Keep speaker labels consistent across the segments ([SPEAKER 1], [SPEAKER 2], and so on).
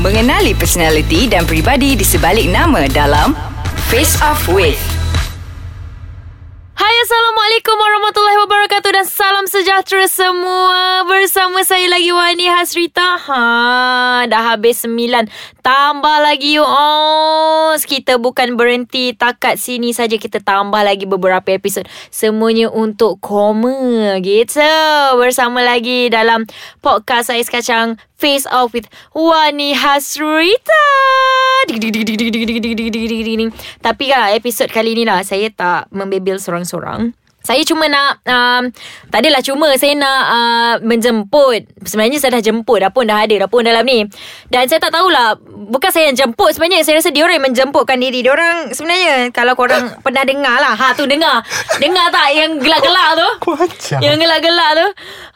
[SPEAKER 1] Mengenali personaliti dan peribadi di sebalik nama dalam Face Off With.
[SPEAKER 2] Hai Assalamualaikum warahmatullahi wabarakatuh Dan salam sejahtera semua Bersama saya lagi Wani Hasrita ha, Dah habis sembilan Tambah lagi you all Kita bukan berhenti takat sini saja Kita tambah lagi beberapa episod Semuanya untuk koma gitu Bersama lagi dalam podcast Ais Kacang Face Off with Wani Hasrita Ding, ding, ding, ding, ding, ding, ding, ding, ding, ding, ding, ding. Tapi kan episod kali ni lah Saya tak membebel sorang-sorang saya cuma nak um, Tak adalah cuma Saya nak uh, Menjemput Sebenarnya saya dah jemput Dah pun dah ada Dah pun dalam ni Dan saya tak tahulah Bukan saya yang jemput Sebenarnya saya rasa Diorang yang menjemputkan diri Diorang sebenarnya Kalau korang Pernah dengar lah Ha tu dengar Dengar tak Yang gelak-gelak tu
[SPEAKER 3] Kuaca.
[SPEAKER 2] yang gelak-gelak tu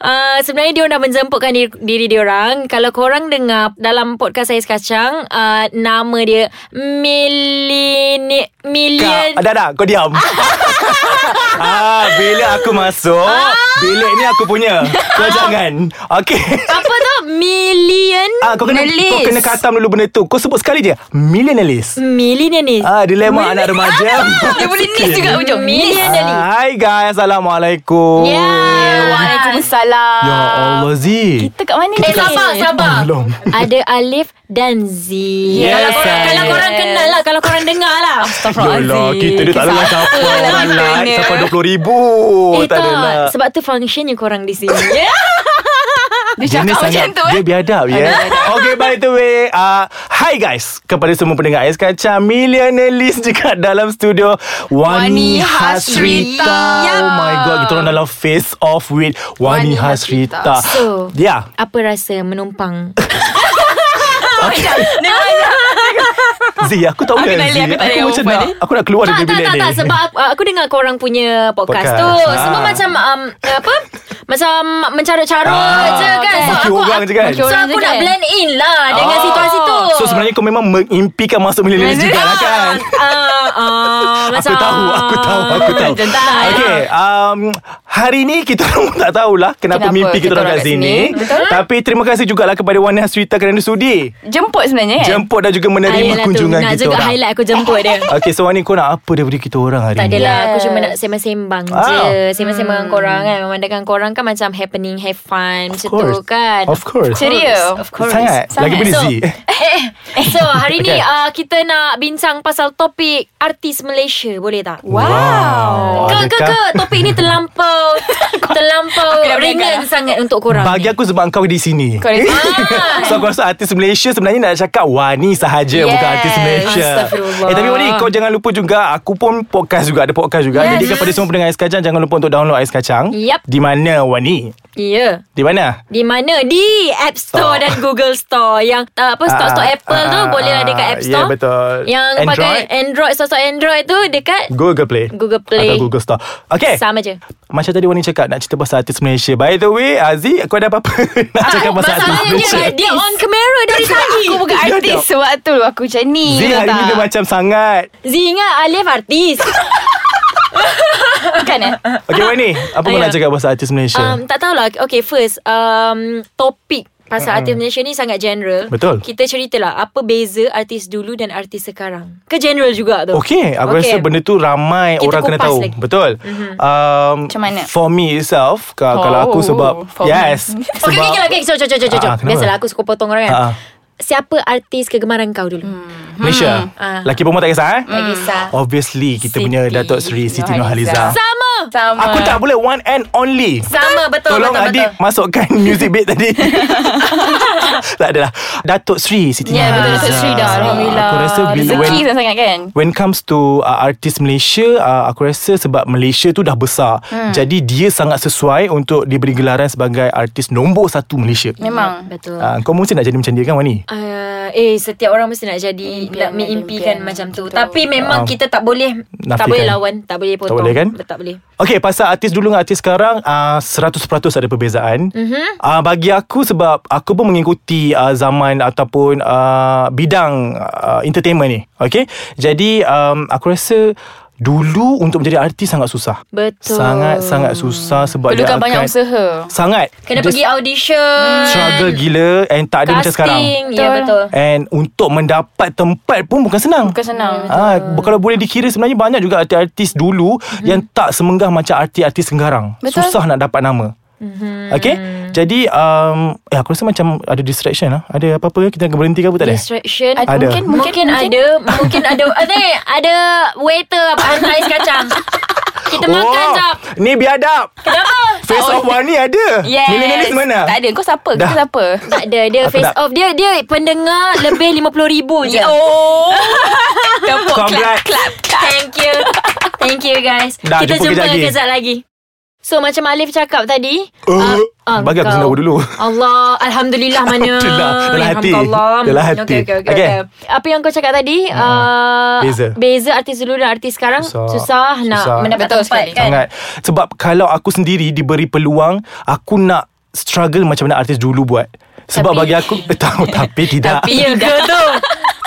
[SPEAKER 2] uh, Sebenarnya dia dah menjemputkan diri, diri dia orang Kalau korang dengar Dalam podcast saya sekacang uh, Nama dia Milini Million
[SPEAKER 3] Kak, dah dah, kau diam. ah, bila aku masuk, bilik ni aku punya. Kau jangan. Okey.
[SPEAKER 2] Apa tu? Million
[SPEAKER 3] Ah, kau kena
[SPEAKER 1] Melis.
[SPEAKER 3] kau kena katam dulu benda tu. Kau sebut sekali je. Millionaires.
[SPEAKER 2] Millionaires
[SPEAKER 3] Ah, dilema anak remaja.
[SPEAKER 1] Dia boleh nis juga hujung.
[SPEAKER 2] Millionaires
[SPEAKER 3] Ah, Hai guys, Assalamualaikum.
[SPEAKER 2] Ya
[SPEAKER 1] Waalaikumsalam.
[SPEAKER 3] Ya Allah Oh, Z.
[SPEAKER 1] Kita kat mana
[SPEAKER 2] Eh sabar sabar
[SPEAKER 3] Belum.
[SPEAKER 2] Ada Alif dan Z
[SPEAKER 3] Yes,
[SPEAKER 2] Kalau korang,
[SPEAKER 3] yes.
[SPEAKER 2] kalau korang kenal lah Kalau korang dengar lah
[SPEAKER 3] Yolah, Ya kita dia tak adalah siapa orang like siapa 20 ribu.
[SPEAKER 2] Eh tak,
[SPEAKER 3] tak adalah.
[SPEAKER 2] Sebab tu functionnya korang di sini Ya
[SPEAKER 1] Dia cakap
[SPEAKER 3] ni
[SPEAKER 1] macam tu eh.
[SPEAKER 3] Dia biadab ya Okay by the way uh, Hi guys Kepada semua pendengar Ais Kacang Millionaire List Dekat dalam studio
[SPEAKER 1] Wani
[SPEAKER 3] Wani
[SPEAKER 1] Hasrita.
[SPEAKER 3] Hasrita Oh my god Kita orang dalam face off with
[SPEAKER 1] Wani
[SPEAKER 3] Wani, Hasrita,
[SPEAKER 2] So
[SPEAKER 3] Ya
[SPEAKER 2] Apa rasa menumpang
[SPEAKER 3] Z aku tak boleh
[SPEAKER 1] kenali,
[SPEAKER 3] Z.
[SPEAKER 1] aku tak ada yang
[SPEAKER 3] macam
[SPEAKER 1] perempuan
[SPEAKER 3] nak
[SPEAKER 1] ni.
[SPEAKER 3] Aku nak keluar
[SPEAKER 2] tak,
[SPEAKER 3] dari
[SPEAKER 2] tak,
[SPEAKER 3] bilik
[SPEAKER 2] tak,
[SPEAKER 3] ni
[SPEAKER 2] tak, Sebab aku, aku dengar korang punya podcast,
[SPEAKER 3] Podcast,
[SPEAKER 2] tu
[SPEAKER 3] ah.
[SPEAKER 2] Semua macam um, Apa Macam mencara-cara
[SPEAKER 3] Ah,
[SPEAKER 2] je kan So
[SPEAKER 3] maki
[SPEAKER 2] aku,
[SPEAKER 3] orang je kan?
[SPEAKER 1] Maki
[SPEAKER 2] So
[SPEAKER 1] orang
[SPEAKER 2] aku
[SPEAKER 1] je
[SPEAKER 2] nak
[SPEAKER 1] kan?
[SPEAKER 2] blend in lah Dengan
[SPEAKER 3] Ah.
[SPEAKER 2] situasi tu
[SPEAKER 3] So sebenarnya kau memang Mengimpikan masuk millionaire list juga lah kan
[SPEAKER 2] Ah, ah,
[SPEAKER 3] Aku
[SPEAKER 2] macam,
[SPEAKER 3] tahu, aku tahu, aku tahu.
[SPEAKER 2] Macam tak. ya.
[SPEAKER 3] Okay, um, hari ni kita orang tak tahulah kenapa,
[SPEAKER 1] Kenapa
[SPEAKER 3] mimpi kita orang kat sini. Tapi terima kasih jugalah kepada Wan Hasrita kerana sudi
[SPEAKER 1] Jemput sebenarnya eh.
[SPEAKER 3] jemput dan juga
[SPEAKER 2] Ah,
[SPEAKER 3] menerima
[SPEAKER 2] yelah tu,
[SPEAKER 3] kunjungan
[SPEAKER 2] Nak
[SPEAKER 3] kita
[SPEAKER 2] juga
[SPEAKER 3] orang.
[SPEAKER 2] highlight aku jemput dia
[SPEAKER 3] Okay, so Wan ni kau nak apa daripada kita orang hari
[SPEAKER 2] Tak
[SPEAKER 3] ni?
[SPEAKER 2] adalah Aku
[SPEAKER 1] Yes.
[SPEAKER 2] cuma nak sembang-sembang
[SPEAKER 3] Ah.
[SPEAKER 2] je Sembang-sembang dengan korang kan Memandangkan korang kan Macam happening Have fun Macam tu
[SPEAKER 3] course.
[SPEAKER 2] kan
[SPEAKER 3] Of course.
[SPEAKER 1] Ceria.
[SPEAKER 2] Of course
[SPEAKER 3] Sangat. Lagi boleh
[SPEAKER 2] So,
[SPEAKER 3] Z.
[SPEAKER 2] So hari ni
[SPEAKER 3] Okay.
[SPEAKER 2] uh, Kita nak bincang Pasal topik Artis Malaysia Boleh tak?
[SPEAKER 3] Wow.
[SPEAKER 2] Ke ke
[SPEAKER 3] Adakah-
[SPEAKER 2] ke Topik ni terlampau Terlampau
[SPEAKER 1] dah
[SPEAKER 2] Ringan
[SPEAKER 1] gagal.
[SPEAKER 2] sangat Untuk korang Ah,
[SPEAKER 3] Bagi aku sebab kau di sini.
[SPEAKER 1] Kau ni-
[SPEAKER 3] So aku rasa artis Malaysia sebenarnya nak cakap Wani sahaja
[SPEAKER 1] Yes.
[SPEAKER 3] bukan artis Malaysia.
[SPEAKER 2] Astagfirullah.
[SPEAKER 3] Eh tapi Wani kau jangan lupa juga aku pun podcast juga ada podcast juga.
[SPEAKER 2] Yes.
[SPEAKER 3] Jadi kepada semua pendengar Ais Kacang jangan lupa untuk download Ais Kacang.
[SPEAKER 2] Yap.
[SPEAKER 3] Di mana Wani?
[SPEAKER 2] Ya yeah.
[SPEAKER 3] Di mana?
[SPEAKER 2] Di mana? Di App Store
[SPEAKER 3] Store.
[SPEAKER 2] dan Google Store. Yang uh, apa store-store
[SPEAKER 3] Ah,
[SPEAKER 2] Apple tu
[SPEAKER 3] ah,
[SPEAKER 2] bolehlah
[SPEAKER 3] ah,
[SPEAKER 2] dekat App
[SPEAKER 3] ya,
[SPEAKER 2] Store.
[SPEAKER 3] betul.
[SPEAKER 2] Yang
[SPEAKER 3] Android?
[SPEAKER 2] pakai Android, store-store Android tu dekat
[SPEAKER 3] Google Play.
[SPEAKER 2] Google Play.
[SPEAKER 3] Atau Google Store. Okay.
[SPEAKER 2] sama je.
[SPEAKER 3] Macam tadi Wani cakap nak cerita pasal artis Malaysia. By the way, Aziz, kau ada apa-apa nak cakap pasal artis
[SPEAKER 2] Masalahnya
[SPEAKER 3] Malaysia?
[SPEAKER 2] dia, dia on camera dari tadi.
[SPEAKER 1] Aku bukan
[SPEAKER 3] Ya,
[SPEAKER 1] artis
[SPEAKER 3] tak.
[SPEAKER 1] sewaktu aku macam ni.
[SPEAKER 3] Zee
[SPEAKER 1] tahu
[SPEAKER 3] hari ni
[SPEAKER 1] tak?
[SPEAKER 3] dia macam sangat.
[SPEAKER 2] Z ingat Alif artis.
[SPEAKER 1] Bukan eh.
[SPEAKER 3] Okay Wani, apa kau
[SPEAKER 2] Ayah.
[SPEAKER 3] nak cakap pasal artis Malaysia?
[SPEAKER 2] Um, tak tahulah. Okay, first. Um, topik pasal artis Malaysia ni sangat general.
[SPEAKER 3] Betul.
[SPEAKER 2] Kita ceritalah apa beza artis dulu dan artis sekarang. Ke general juga tu.
[SPEAKER 3] Okay Aku
[SPEAKER 2] Okey.
[SPEAKER 3] okay. rasa benda tu Ramai
[SPEAKER 2] Kita
[SPEAKER 3] orang kena
[SPEAKER 2] kupas
[SPEAKER 3] tahu
[SPEAKER 2] lagi.
[SPEAKER 3] Betul um,
[SPEAKER 1] Macam mana?
[SPEAKER 3] For me itself ka-
[SPEAKER 1] Oh,
[SPEAKER 3] Kalau aku sebab
[SPEAKER 1] for me.
[SPEAKER 3] Yes
[SPEAKER 2] Okay, okay, okay, okay. Cok, cok, cok, cok,
[SPEAKER 3] Ah,
[SPEAKER 2] cok.
[SPEAKER 3] ah, kenapa?
[SPEAKER 2] Biasalah aku suka potong orang kan.
[SPEAKER 3] Ah, ah.
[SPEAKER 2] Siapa artis kegemaran kau dulu?
[SPEAKER 3] Malaysia
[SPEAKER 2] Ah.
[SPEAKER 3] Laki perempuan tak kisah eh?
[SPEAKER 2] Tak kisah.
[SPEAKER 3] Obviously Kita
[SPEAKER 2] Siti
[SPEAKER 3] punya Datuk Seri Siti
[SPEAKER 1] Nurhaliza.
[SPEAKER 3] Nurhaliza
[SPEAKER 2] Sama.
[SPEAKER 1] Sama.
[SPEAKER 3] Aku tak boleh One and only
[SPEAKER 2] Sama betul
[SPEAKER 3] Tolong
[SPEAKER 2] betul,
[SPEAKER 3] adik
[SPEAKER 2] betul.
[SPEAKER 3] Masukkan music bit tadi Tak adalah Datuk Seri Siti
[SPEAKER 1] Ya, betul.
[SPEAKER 3] Nurhaliza
[SPEAKER 1] Datuk Sri dah. Alhamdulillah.
[SPEAKER 3] Aku rasa bila-
[SPEAKER 1] Rezeki
[SPEAKER 3] when-
[SPEAKER 1] sangat-sangat kan?
[SPEAKER 3] When comes to uh, artis Malaysia, uh, aku rasa sebab Malaysia tu dah besar. Hmm. Jadi dia sangat sesuai untuk diberi gelaran sebagai artis nombor satu Malaysia.
[SPEAKER 1] Memang.
[SPEAKER 2] Betul.
[SPEAKER 3] Uh, kau mesti nak jadi macam dia kan Wani?
[SPEAKER 2] Uh, eh setiap orang mesti nak jadi
[SPEAKER 1] Impian,
[SPEAKER 2] nak mengimpikan
[SPEAKER 1] impian.
[SPEAKER 2] macam tu.
[SPEAKER 1] Betul.
[SPEAKER 2] Tapi memang
[SPEAKER 3] Ah.
[SPEAKER 2] kita tak boleh tak
[SPEAKER 3] Nafikan.
[SPEAKER 2] boleh lawan, tak boleh potong.
[SPEAKER 3] boleh kan?
[SPEAKER 2] Tak boleh.
[SPEAKER 3] Okay, pasal artis dulu dengan artis sekarang, uh, 100% ada perbezaan.
[SPEAKER 2] Mhm.
[SPEAKER 3] Mm-hmm. Uh, bagi aku sebab aku pun mengikuti uh, zaman ataupun ah, uh, bidang uh, entertainment ni. Okay, jadi um, aku rasa Dulu untuk menjadi artis sangat susah.
[SPEAKER 2] Betul.
[SPEAKER 3] Sangat-sangat susah sebab dia
[SPEAKER 4] Perlukan
[SPEAKER 3] akan
[SPEAKER 4] banyak usaha.
[SPEAKER 3] Sangat.
[SPEAKER 2] Kena
[SPEAKER 3] Dia
[SPEAKER 2] pergi audition
[SPEAKER 3] struggle gila and tak ada macam sekarang.
[SPEAKER 2] Casting Ya betul
[SPEAKER 4] Betul.
[SPEAKER 3] And untuk mendapat tempat pun bukan senang.
[SPEAKER 4] Bukan senang.
[SPEAKER 3] Ah, ha, kalau boleh dikira sebenarnya banyak juga artis-artis dulu mm-hmm. yang tak semenggah macam artis-artis sekarang.
[SPEAKER 4] Betul.
[SPEAKER 3] Susah nak dapat nama. Mm-hmm. Okay Jadi um, eh, Aku rasa macam Ada distraction lah Ada apa-apa Kita akan berhenti ke apa tak ada
[SPEAKER 2] Distraction
[SPEAKER 4] Ad-
[SPEAKER 3] Ada.
[SPEAKER 4] Mungkin, mungkin,
[SPEAKER 2] Mungkin, ada Mungkin ada Ada ada waiter apa Hantar ais kacang
[SPEAKER 3] Oh.
[SPEAKER 2] Kita makan jap
[SPEAKER 3] Ni biadap Kenapa Face of Wani ada
[SPEAKER 4] Yes.
[SPEAKER 3] Millennialist mana
[SPEAKER 4] Tak ada. Kau siapa?
[SPEAKER 3] Dah.
[SPEAKER 4] Kau siapa?
[SPEAKER 2] Tak ada Dia
[SPEAKER 3] Aku
[SPEAKER 2] face
[SPEAKER 3] tak-
[SPEAKER 2] off Dia dia pendengar Lebih 50 ribu je
[SPEAKER 4] Oh. Tepuk
[SPEAKER 3] Congrats.
[SPEAKER 4] clap, clap.
[SPEAKER 2] Thank you Thank you guys
[SPEAKER 3] Dah,
[SPEAKER 2] Kita
[SPEAKER 3] jumpa
[SPEAKER 2] jumpa
[SPEAKER 3] kejap lagi.
[SPEAKER 2] kejap lagi So macam Alif cakap tadi
[SPEAKER 3] uh,
[SPEAKER 2] ah,
[SPEAKER 3] Bagi aku
[SPEAKER 2] kau.
[SPEAKER 3] sendawa dulu
[SPEAKER 2] Allah Alhamdulillah mana
[SPEAKER 3] Alhamdulillah. Dalam hati.
[SPEAKER 2] Alhamdulillah.
[SPEAKER 3] Dalam hati.
[SPEAKER 2] okay, okay, okay,
[SPEAKER 3] Okay. Ah,
[SPEAKER 2] okay. Apa yang kau cakap tadi uh,
[SPEAKER 3] Beza.
[SPEAKER 2] Beza artis dulu dan artis sekarang Susah,
[SPEAKER 3] Susah.
[SPEAKER 2] susah nak
[SPEAKER 3] Susah.
[SPEAKER 2] mendapat
[SPEAKER 4] Betul
[SPEAKER 2] tempat
[SPEAKER 4] sekali.
[SPEAKER 2] kan
[SPEAKER 3] Sangat Sebab kalau aku sendiri Diberi peluang Aku nak Struggle macam mana artis dulu buat Sebab
[SPEAKER 2] Tapi-
[SPEAKER 3] bagi aku eh, Tahu tapi tidak
[SPEAKER 4] Tapi
[SPEAKER 2] Ya ke tu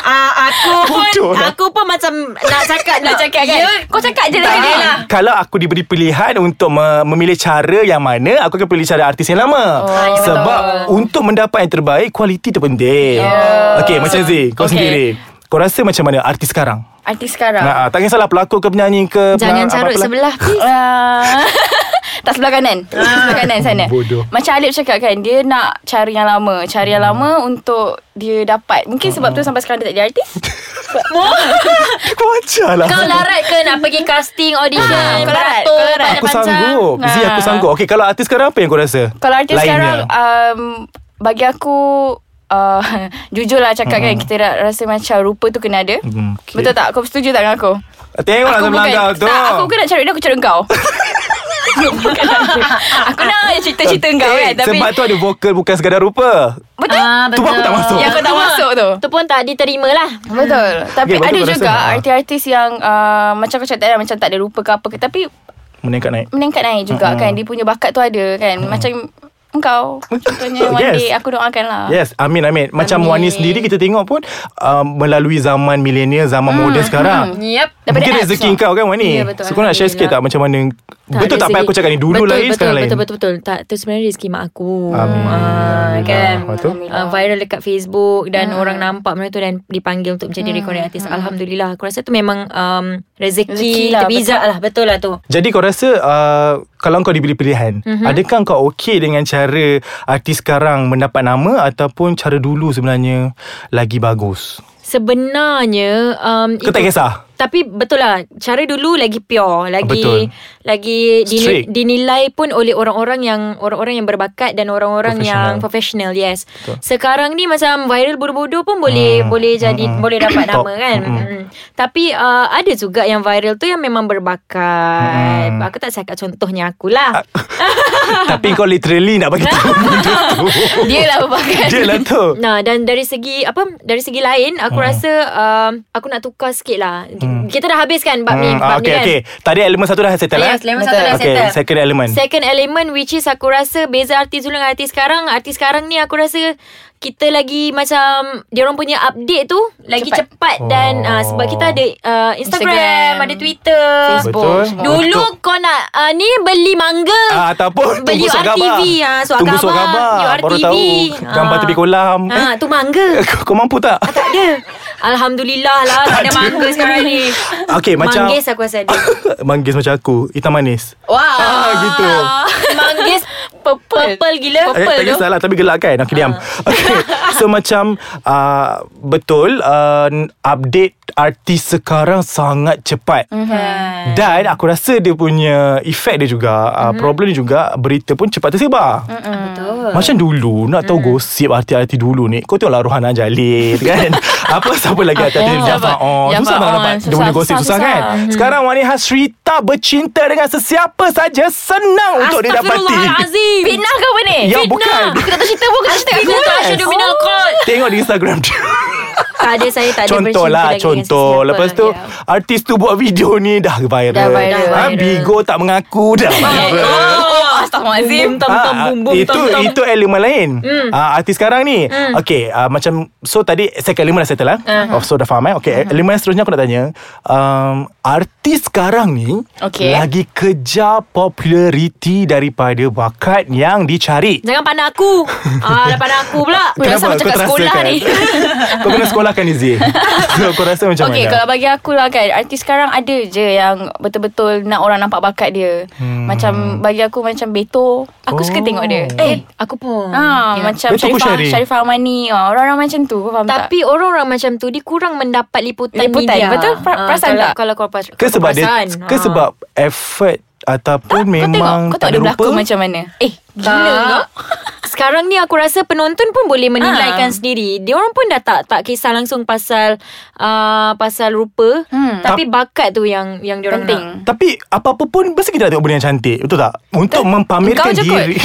[SPEAKER 2] uh, Aku
[SPEAKER 3] Bodoh
[SPEAKER 2] pun
[SPEAKER 3] lah.
[SPEAKER 2] Aku pun macam Nak cakap
[SPEAKER 4] Nak cakap kan?
[SPEAKER 2] Ya
[SPEAKER 4] Kau cakap je
[SPEAKER 2] Tak
[SPEAKER 4] dengan dia
[SPEAKER 2] lah.
[SPEAKER 4] lah.
[SPEAKER 3] Kalau aku diberi pilihan untuk me- memilih cara yang mana, aku akan pilih cara artis yang lama.
[SPEAKER 4] Oh, ya
[SPEAKER 3] Sebab untuk mendapat yang terbaik, kualiti terpenting. Yeah. Okay, macam Z, kau
[SPEAKER 4] Okay.
[SPEAKER 3] sendiri. Kau rasa macam mana artis sekarang?
[SPEAKER 4] Artis sekarang.
[SPEAKER 3] Nah, ah, tak kisahlah pelakon ke penyanyi ke
[SPEAKER 2] Jangan
[SPEAKER 3] pelang-
[SPEAKER 2] carut
[SPEAKER 3] apa-apa lah.
[SPEAKER 2] sebelah please
[SPEAKER 4] Ah. tak sebelah kanan Sebelah kanan sana
[SPEAKER 3] Bodoh. Ah.
[SPEAKER 4] Macam Alip cakap kan Dia nak cari yang lama Cari yang lama Untuk dia dapat Mungkin sebab tu Sampai sekarang dia tak jadi artis
[SPEAKER 3] Kau ajar lah
[SPEAKER 2] Kau larat ke nak pergi casting audition
[SPEAKER 4] Ah, kau larat,
[SPEAKER 2] beratur,
[SPEAKER 4] kau
[SPEAKER 3] Aku
[SPEAKER 4] larat.
[SPEAKER 2] pandai pancang?
[SPEAKER 3] sanggup Z
[SPEAKER 4] Ah.
[SPEAKER 3] aku sanggup Okay kalau artis sekarang Apa yang kau rasa
[SPEAKER 4] Kalau artis
[SPEAKER 3] Lainnya.
[SPEAKER 4] sekarang um, Bagi aku uh, Jujur lah cakap kan Kita ra- rasa macam Rupa tu kena ada
[SPEAKER 3] Hmm, okay.
[SPEAKER 4] Betul tak? Kau setuju tak dengan aku?
[SPEAKER 3] Tengok lah
[SPEAKER 4] aku
[SPEAKER 3] sebelah kau tu
[SPEAKER 4] Tak, aku bukan nak cari dia Aku cari kau Bukan aku. aku nak cerita-cerita kau
[SPEAKER 3] Eh,
[SPEAKER 4] kan Tapi
[SPEAKER 3] Sebab tu ada vokal Bukan sekadar rupa
[SPEAKER 4] Betul?
[SPEAKER 2] Ah,
[SPEAKER 3] Tu pun aku tak masuk.
[SPEAKER 4] Yang kau tak masuk tu
[SPEAKER 2] Tu pun tak diterima lah
[SPEAKER 4] Betul Tapi
[SPEAKER 3] Okay, lepas tu
[SPEAKER 4] okay, ada
[SPEAKER 3] kau rasa
[SPEAKER 4] juga
[SPEAKER 3] nak-
[SPEAKER 4] Artis-artis yang uh, Macam kau cakap tadi lah, Macam tak ada rupa ke apa ke Tapi
[SPEAKER 3] Meningkat naik
[SPEAKER 4] meningkat naik juga kan Dia punya bakat tu ada kan Macam engkau Contohnya one
[SPEAKER 3] Yes.
[SPEAKER 4] day Aku doakan lah
[SPEAKER 3] Ah. Yes, amin amin. Macam
[SPEAKER 4] Amin.
[SPEAKER 3] Wani sendiri kita tengok pun um, melalui zaman milenial, zaman hmm, moden sekarang. Hmm.
[SPEAKER 2] Yep
[SPEAKER 4] Daripada
[SPEAKER 3] Mungkin
[SPEAKER 4] apps
[SPEAKER 3] rezeki
[SPEAKER 4] lah.
[SPEAKER 3] kau kan Wani
[SPEAKER 2] Ya, betul.
[SPEAKER 3] So kau nak share sikit tak Macam mana Betul tak apa yang aku cakap ni Dulu
[SPEAKER 2] betul,
[SPEAKER 3] lain
[SPEAKER 2] betul,
[SPEAKER 3] sekarang lain
[SPEAKER 2] Betul betul betul Tak tu sebenarnya rezeki mak aku
[SPEAKER 3] Amin.
[SPEAKER 2] ah, Kan
[SPEAKER 3] Alhamdulillah. Lepas tu?
[SPEAKER 2] Ah, Viral dekat Facebook Dan orang nampak benda tu Dan dipanggil untuk menjadi recording artist Alhamdulillah Aku rasa tu memang um, ah. Rezeki, lah,
[SPEAKER 4] Rezeki lah,
[SPEAKER 2] Terbizak lah Betul lah tu
[SPEAKER 3] Jadi kau rasa uh, Kalau kau diberi pilihan mm-hmm. Adakah kau okey dengan cara Artis sekarang mendapat nama Ataupun cara dulu sebenarnya Lagi bagus
[SPEAKER 2] Sebenarnya um,
[SPEAKER 3] Kau tak
[SPEAKER 2] itu-
[SPEAKER 3] kisah
[SPEAKER 2] Tapi betul lah Cara dulu lagi pure Lagi
[SPEAKER 3] Betul.
[SPEAKER 2] Lagi dini,
[SPEAKER 3] Strict.
[SPEAKER 2] dinilai pun oleh orang-orang yang Orang-orang yang berbakat Dan orang-orang yang Professional yes betul. Sekarang ni macam Viral bodoh-bodoh pun boleh
[SPEAKER 3] Hmm.
[SPEAKER 2] Boleh jadi Boleh dapat nama kan mm. Tapi uh, ada juga yang viral tu Yang memang berbakat
[SPEAKER 3] Hmm.
[SPEAKER 2] Aku tak cakap contohnya
[SPEAKER 3] Ah,
[SPEAKER 2] akulah
[SPEAKER 3] Tapi kau literally nak bagi tahu benda tu
[SPEAKER 4] Dia lah berbakat
[SPEAKER 3] Dia lah tu
[SPEAKER 2] Nah dan dari segi apa dari segi lain
[SPEAKER 3] Hmm.
[SPEAKER 2] aku rasa um, aku nak tukar sikit lah. Kita dah habis kan bab ni
[SPEAKER 3] Hmm,
[SPEAKER 2] bab
[SPEAKER 3] ah,
[SPEAKER 2] ni
[SPEAKER 3] okay,
[SPEAKER 2] kan.
[SPEAKER 3] okay. Tadi elemen satu dah settle
[SPEAKER 2] Yes,
[SPEAKER 3] eh?
[SPEAKER 2] lemon satu
[SPEAKER 4] Betul.
[SPEAKER 2] dah
[SPEAKER 3] Okay,
[SPEAKER 2] settle.
[SPEAKER 3] second element
[SPEAKER 2] Second element which is aku rasa beza artis dulu dengan artis sekarang. Artis sekarang ni aku rasa kita lagi macam dia orang punya update tu lagi cepat,
[SPEAKER 4] Cepat.
[SPEAKER 2] dan
[SPEAKER 3] Oh.
[SPEAKER 2] uh, sebab kita ada uh, Instagram,
[SPEAKER 4] Instagram.
[SPEAKER 2] ada Twitter.
[SPEAKER 3] Oh,
[SPEAKER 4] Facebook.
[SPEAKER 3] Betul
[SPEAKER 4] Facebook.
[SPEAKER 2] Dulu kau nak uh, ni beli mangga
[SPEAKER 3] Ah, ataupun
[SPEAKER 2] beli
[SPEAKER 3] tunggu surat
[SPEAKER 2] URTV
[SPEAKER 3] khabar.
[SPEAKER 2] ah, surat
[SPEAKER 3] tunggu surat
[SPEAKER 2] khabar,
[SPEAKER 3] khabar.
[SPEAKER 2] URTV.
[SPEAKER 3] Baru tahu gambar
[SPEAKER 2] Ah.
[SPEAKER 3] tepi kolam.
[SPEAKER 2] Ha, tu mangga.
[SPEAKER 3] Eh, Kau, kau mampu tak?
[SPEAKER 2] Tak ada Alhamdulillah lah Tak ada mangga sekarang ni
[SPEAKER 3] Okey, macam-
[SPEAKER 2] Manggis aku rasa ada
[SPEAKER 3] Manggis macam aku, hitam manis.
[SPEAKER 4] Wow
[SPEAKER 3] Ah, gitu.
[SPEAKER 2] Manggis
[SPEAKER 4] Purple
[SPEAKER 2] Purple gila
[SPEAKER 3] Eh, tak
[SPEAKER 2] Purple tu
[SPEAKER 3] kisahlah tapi gelak kan Aku diam okay. So macam uh, Betul uh, Update artis sekarang Sangat cepat
[SPEAKER 2] Kan.
[SPEAKER 3] Dan aku rasa dia punya Efek dia juga uh, Problem dia juga Berita pun cepat tersebar
[SPEAKER 2] Betul
[SPEAKER 3] Macam dulu Nak tahu gosip arti-arti dulu ni Kau tengoklah Rohana Jalil kan Apa siapa lagi arti-arti
[SPEAKER 4] Apa?
[SPEAKER 3] Jafar On Susah
[SPEAKER 4] Jafar
[SPEAKER 3] nak
[SPEAKER 4] On.
[SPEAKER 3] dapat Dia
[SPEAKER 4] Susah,
[SPEAKER 3] punya gosip susah,
[SPEAKER 4] susah,
[SPEAKER 3] kan
[SPEAKER 4] susah.
[SPEAKER 3] Sekarang Wani Hasrita Bercinta dengan sesiapa saja Senang untuk didapati
[SPEAKER 2] Astagfirullahalazim
[SPEAKER 4] Fitnah ke apa ni?
[SPEAKER 3] Ya
[SPEAKER 4] Fitnah.
[SPEAKER 3] bukan
[SPEAKER 4] Aku tak tahu cerita pun Aku tak cerita
[SPEAKER 2] Fitnah tu Aisyah Domina kot
[SPEAKER 3] Tengok di Instagram dia
[SPEAKER 2] Tak ada saya tak ada
[SPEAKER 3] Contoh
[SPEAKER 2] bercinta
[SPEAKER 3] lah
[SPEAKER 2] lagi dengan
[SPEAKER 3] Contoh
[SPEAKER 2] sesiapa.
[SPEAKER 3] Lepas tu
[SPEAKER 2] Ya.
[SPEAKER 3] Artis tu buat video ni Dah viral,
[SPEAKER 4] Dah viral.
[SPEAKER 3] Ah,
[SPEAKER 2] Viral.
[SPEAKER 3] Bigo tak mengaku Dah viral
[SPEAKER 4] Oh Astaghfirullahaladzim
[SPEAKER 2] Tom tom
[SPEAKER 3] Ah,
[SPEAKER 2] Eh, bum bum Hmm.
[SPEAKER 3] itu
[SPEAKER 2] tom tom
[SPEAKER 3] itu elemen lain. Mm. artis sekarang ni.
[SPEAKER 2] Hmm.
[SPEAKER 3] Okay, ah, macam
[SPEAKER 2] Uh-huh.
[SPEAKER 3] so tadi second elemen dah settle lah. Oh, so dah faham eh. Okay, elemen yang seterusnya aku nak tanya, um, artis artis sekarang ni
[SPEAKER 4] Okey.
[SPEAKER 3] lagi kejar populariti daripada bakat yang dicari.
[SPEAKER 2] Jangan pandang aku ah, Dah pandang aku pula
[SPEAKER 4] Weh, rasa macam kat sekolah
[SPEAKER 3] kan?
[SPEAKER 4] ni.
[SPEAKER 3] kau pernah sekolah kan Izzy? so, kau rasa macam
[SPEAKER 4] okay,
[SPEAKER 3] mana?
[SPEAKER 4] kalau bagi aku lah kan Artis sekarang ada je yang Betul-betul nak orang nampak bakat dia
[SPEAKER 3] Hmm.
[SPEAKER 4] hmm. Macam bagi aku macam Beto Aku oh. suka
[SPEAKER 3] Oh.
[SPEAKER 4] tengok dia
[SPEAKER 3] Eh,
[SPEAKER 2] Aku pun
[SPEAKER 4] ha, Macam
[SPEAKER 3] Beto pun
[SPEAKER 4] Sharifah,
[SPEAKER 3] Syarif.
[SPEAKER 4] Sharifah Armani ha, Orang-orang macam tu Kau faham tak?
[SPEAKER 2] Tapi orang-orang macam tu Dia kurang mendapat liputan,
[SPEAKER 4] Liputan,
[SPEAKER 2] media
[SPEAKER 4] betul? Pra-
[SPEAKER 2] Ah,
[SPEAKER 4] perasan
[SPEAKER 2] kalau,
[SPEAKER 4] tak?
[SPEAKER 2] Kalau kau perasan
[SPEAKER 3] Ke sebab dia,
[SPEAKER 2] perasan.
[SPEAKER 3] ke
[SPEAKER 2] Ah.
[SPEAKER 3] sebab effort ataupun
[SPEAKER 4] Kau tengok
[SPEAKER 3] memang
[SPEAKER 4] Kau tak
[SPEAKER 3] ada
[SPEAKER 4] ada
[SPEAKER 3] rupa
[SPEAKER 4] berlakon macam mana Eh gila kau
[SPEAKER 2] Tak. Sekarang ni aku rasa penonton pun boleh menilaikan
[SPEAKER 4] Ah.
[SPEAKER 2] sendiri. Dia orang pun dah tak tak kisah langsung pasal uh, pasal rupa,
[SPEAKER 4] Hmm.
[SPEAKER 2] tapi bakat tu yang yang dia orang
[SPEAKER 4] Penting
[SPEAKER 2] nak.
[SPEAKER 3] Tapi apa-apa pun Mesti kita nak tengok benda yang cantik Betul tak? Untuk mempamerkan
[SPEAKER 4] Engkau je kot.
[SPEAKER 3] diri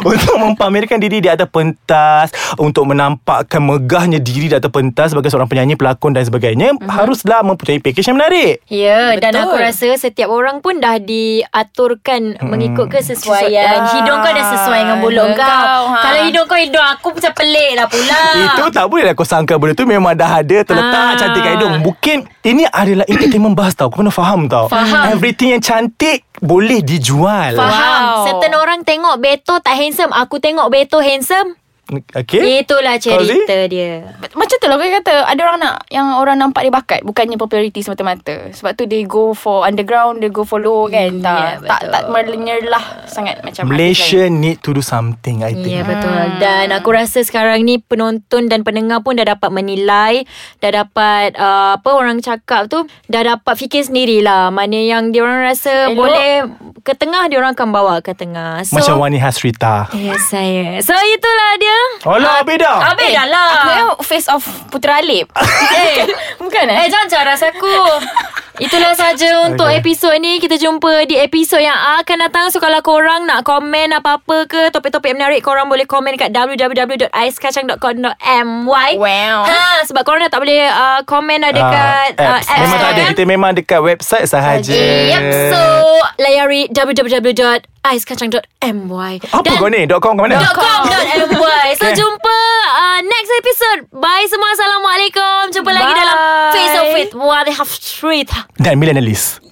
[SPEAKER 3] Untuk mempamerkan diri di atas pentas Untuk menampakkan megahnya diri di atas pentas Sebagai seorang penyanyi, pelakon dan sebagainya
[SPEAKER 4] Mhm.
[SPEAKER 3] Haruslah mempunyai package yang menarik
[SPEAKER 2] Ya, yeah, dan
[SPEAKER 4] Betul.
[SPEAKER 2] aku rasa setiap orang pun dah diaturkan
[SPEAKER 3] Hmm.
[SPEAKER 2] mm. mengikut kesesuaian.
[SPEAKER 4] Sesuai-
[SPEAKER 2] Hidung kau dah sesuai dengan mulut
[SPEAKER 4] Dengan
[SPEAKER 2] kau.
[SPEAKER 4] kau, ha.
[SPEAKER 2] Kalau hidung kau hidung aku macam pelik lah pula.
[SPEAKER 4] Ya.
[SPEAKER 3] Itu tak boleh lah kau sangka Benda tu memang dah ada Terletak
[SPEAKER 2] Ah.
[SPEAKER 3] cantik kat hidung Mungkin Ini adalah entertainment buzz tau Kau kena faham tau
[SPEAKER 2] Faham.
[SPEAKER 3] Everything yang cantik Boleh dijual
[SPEAKER 2] Faham.
[SPEAKER 4] Wow.
[SPEAKER 2] Certain orang tengok Beto tak handsome, aku tengok Beto handsome.
[SPEAKER 3] Okay
[SPEAKER 2] Itulah
[SPEAKER 3] Eh? Kau Zee?
[SPEAKER 2] cerita dia.
[SPEAKER 4] Macam tu lah Kau kata Ada orang nak Yang orang nampak dia bakat Bukannya populariti semata-mata Sebab tu dia go for Underground Dia go for low kan
[SPEAKER 2] ya,
[SPEAKER 4] Tak tak,
[SPEAKER 2] betul.
[SPEAKER 4] tak menyerlah Sangat macam
[SPEAKER 3] Malaysia need to do something I think
[SPEAKER 2] Ya betul
[SPEAKER 4] Hmm.
[SPEAKER 2] Dan aku rasa sekarang ni Penonton dan pendengar pun Dah dapat menilai Dah dapat uh, Apa orang cakap tu Dah dapat fikir sendirilah Mana yang diorang rasa
[SPEAKER 4] Elok.
[SPEAKER 2] Boleh Ke tengah Diorang akan bawa ke tengah so,
[SPEAKER 3] Macam Wani Hasrita
[SPEAKER 2] Ya Ah, saya So itulah dia
[SPEAKER 3] Alah beda Ah,
[SPEAKER 2] Habis dah lah
[SPEAKER 4] Eh, Aku yang face of Putera Alip
[SPEAKER 2] Eh
[SPEAKER 4] Bukan
[SPEAKER 2] Eh
[SPEAKER 4] eh
[SPEAKER 2] jangan cara aku Itulah saja untuk
[SPEAKER 3] Okay.
[SPEAKER 2] okay. episod ni Kita jumpa di episod yang akan datang So kalau korang nak komen apa-apa ke Topik-topik menarik Korang boleh komen kat www.aiskacang.com.my
[SPEAKER 4] Wow.
[SPEAKER 2] ha, Sebab korang dah tak boleh uh, komen dah dekat uh,
[SPEAKER 3] Ah, apps. Memang tak ada Kita memang dekat website sahaja
[SPEAKER 2] Yep So layari www.aiskacang.my
[SPEAKER 3] Apa kau ni? Dot com ke mana?
[SPEAKER 2] .com.my So
[SPEAKER 3] Okay.
[SPEAKER 2] jumpa uh, next episode Bye semua Assalamualaikum Jumpa Bye. lagi
[SPEAKER 4] Bye.
[SPEAKER 2] dalam Face of It What Have Street
[SPEAKER 3] Dan Millennialist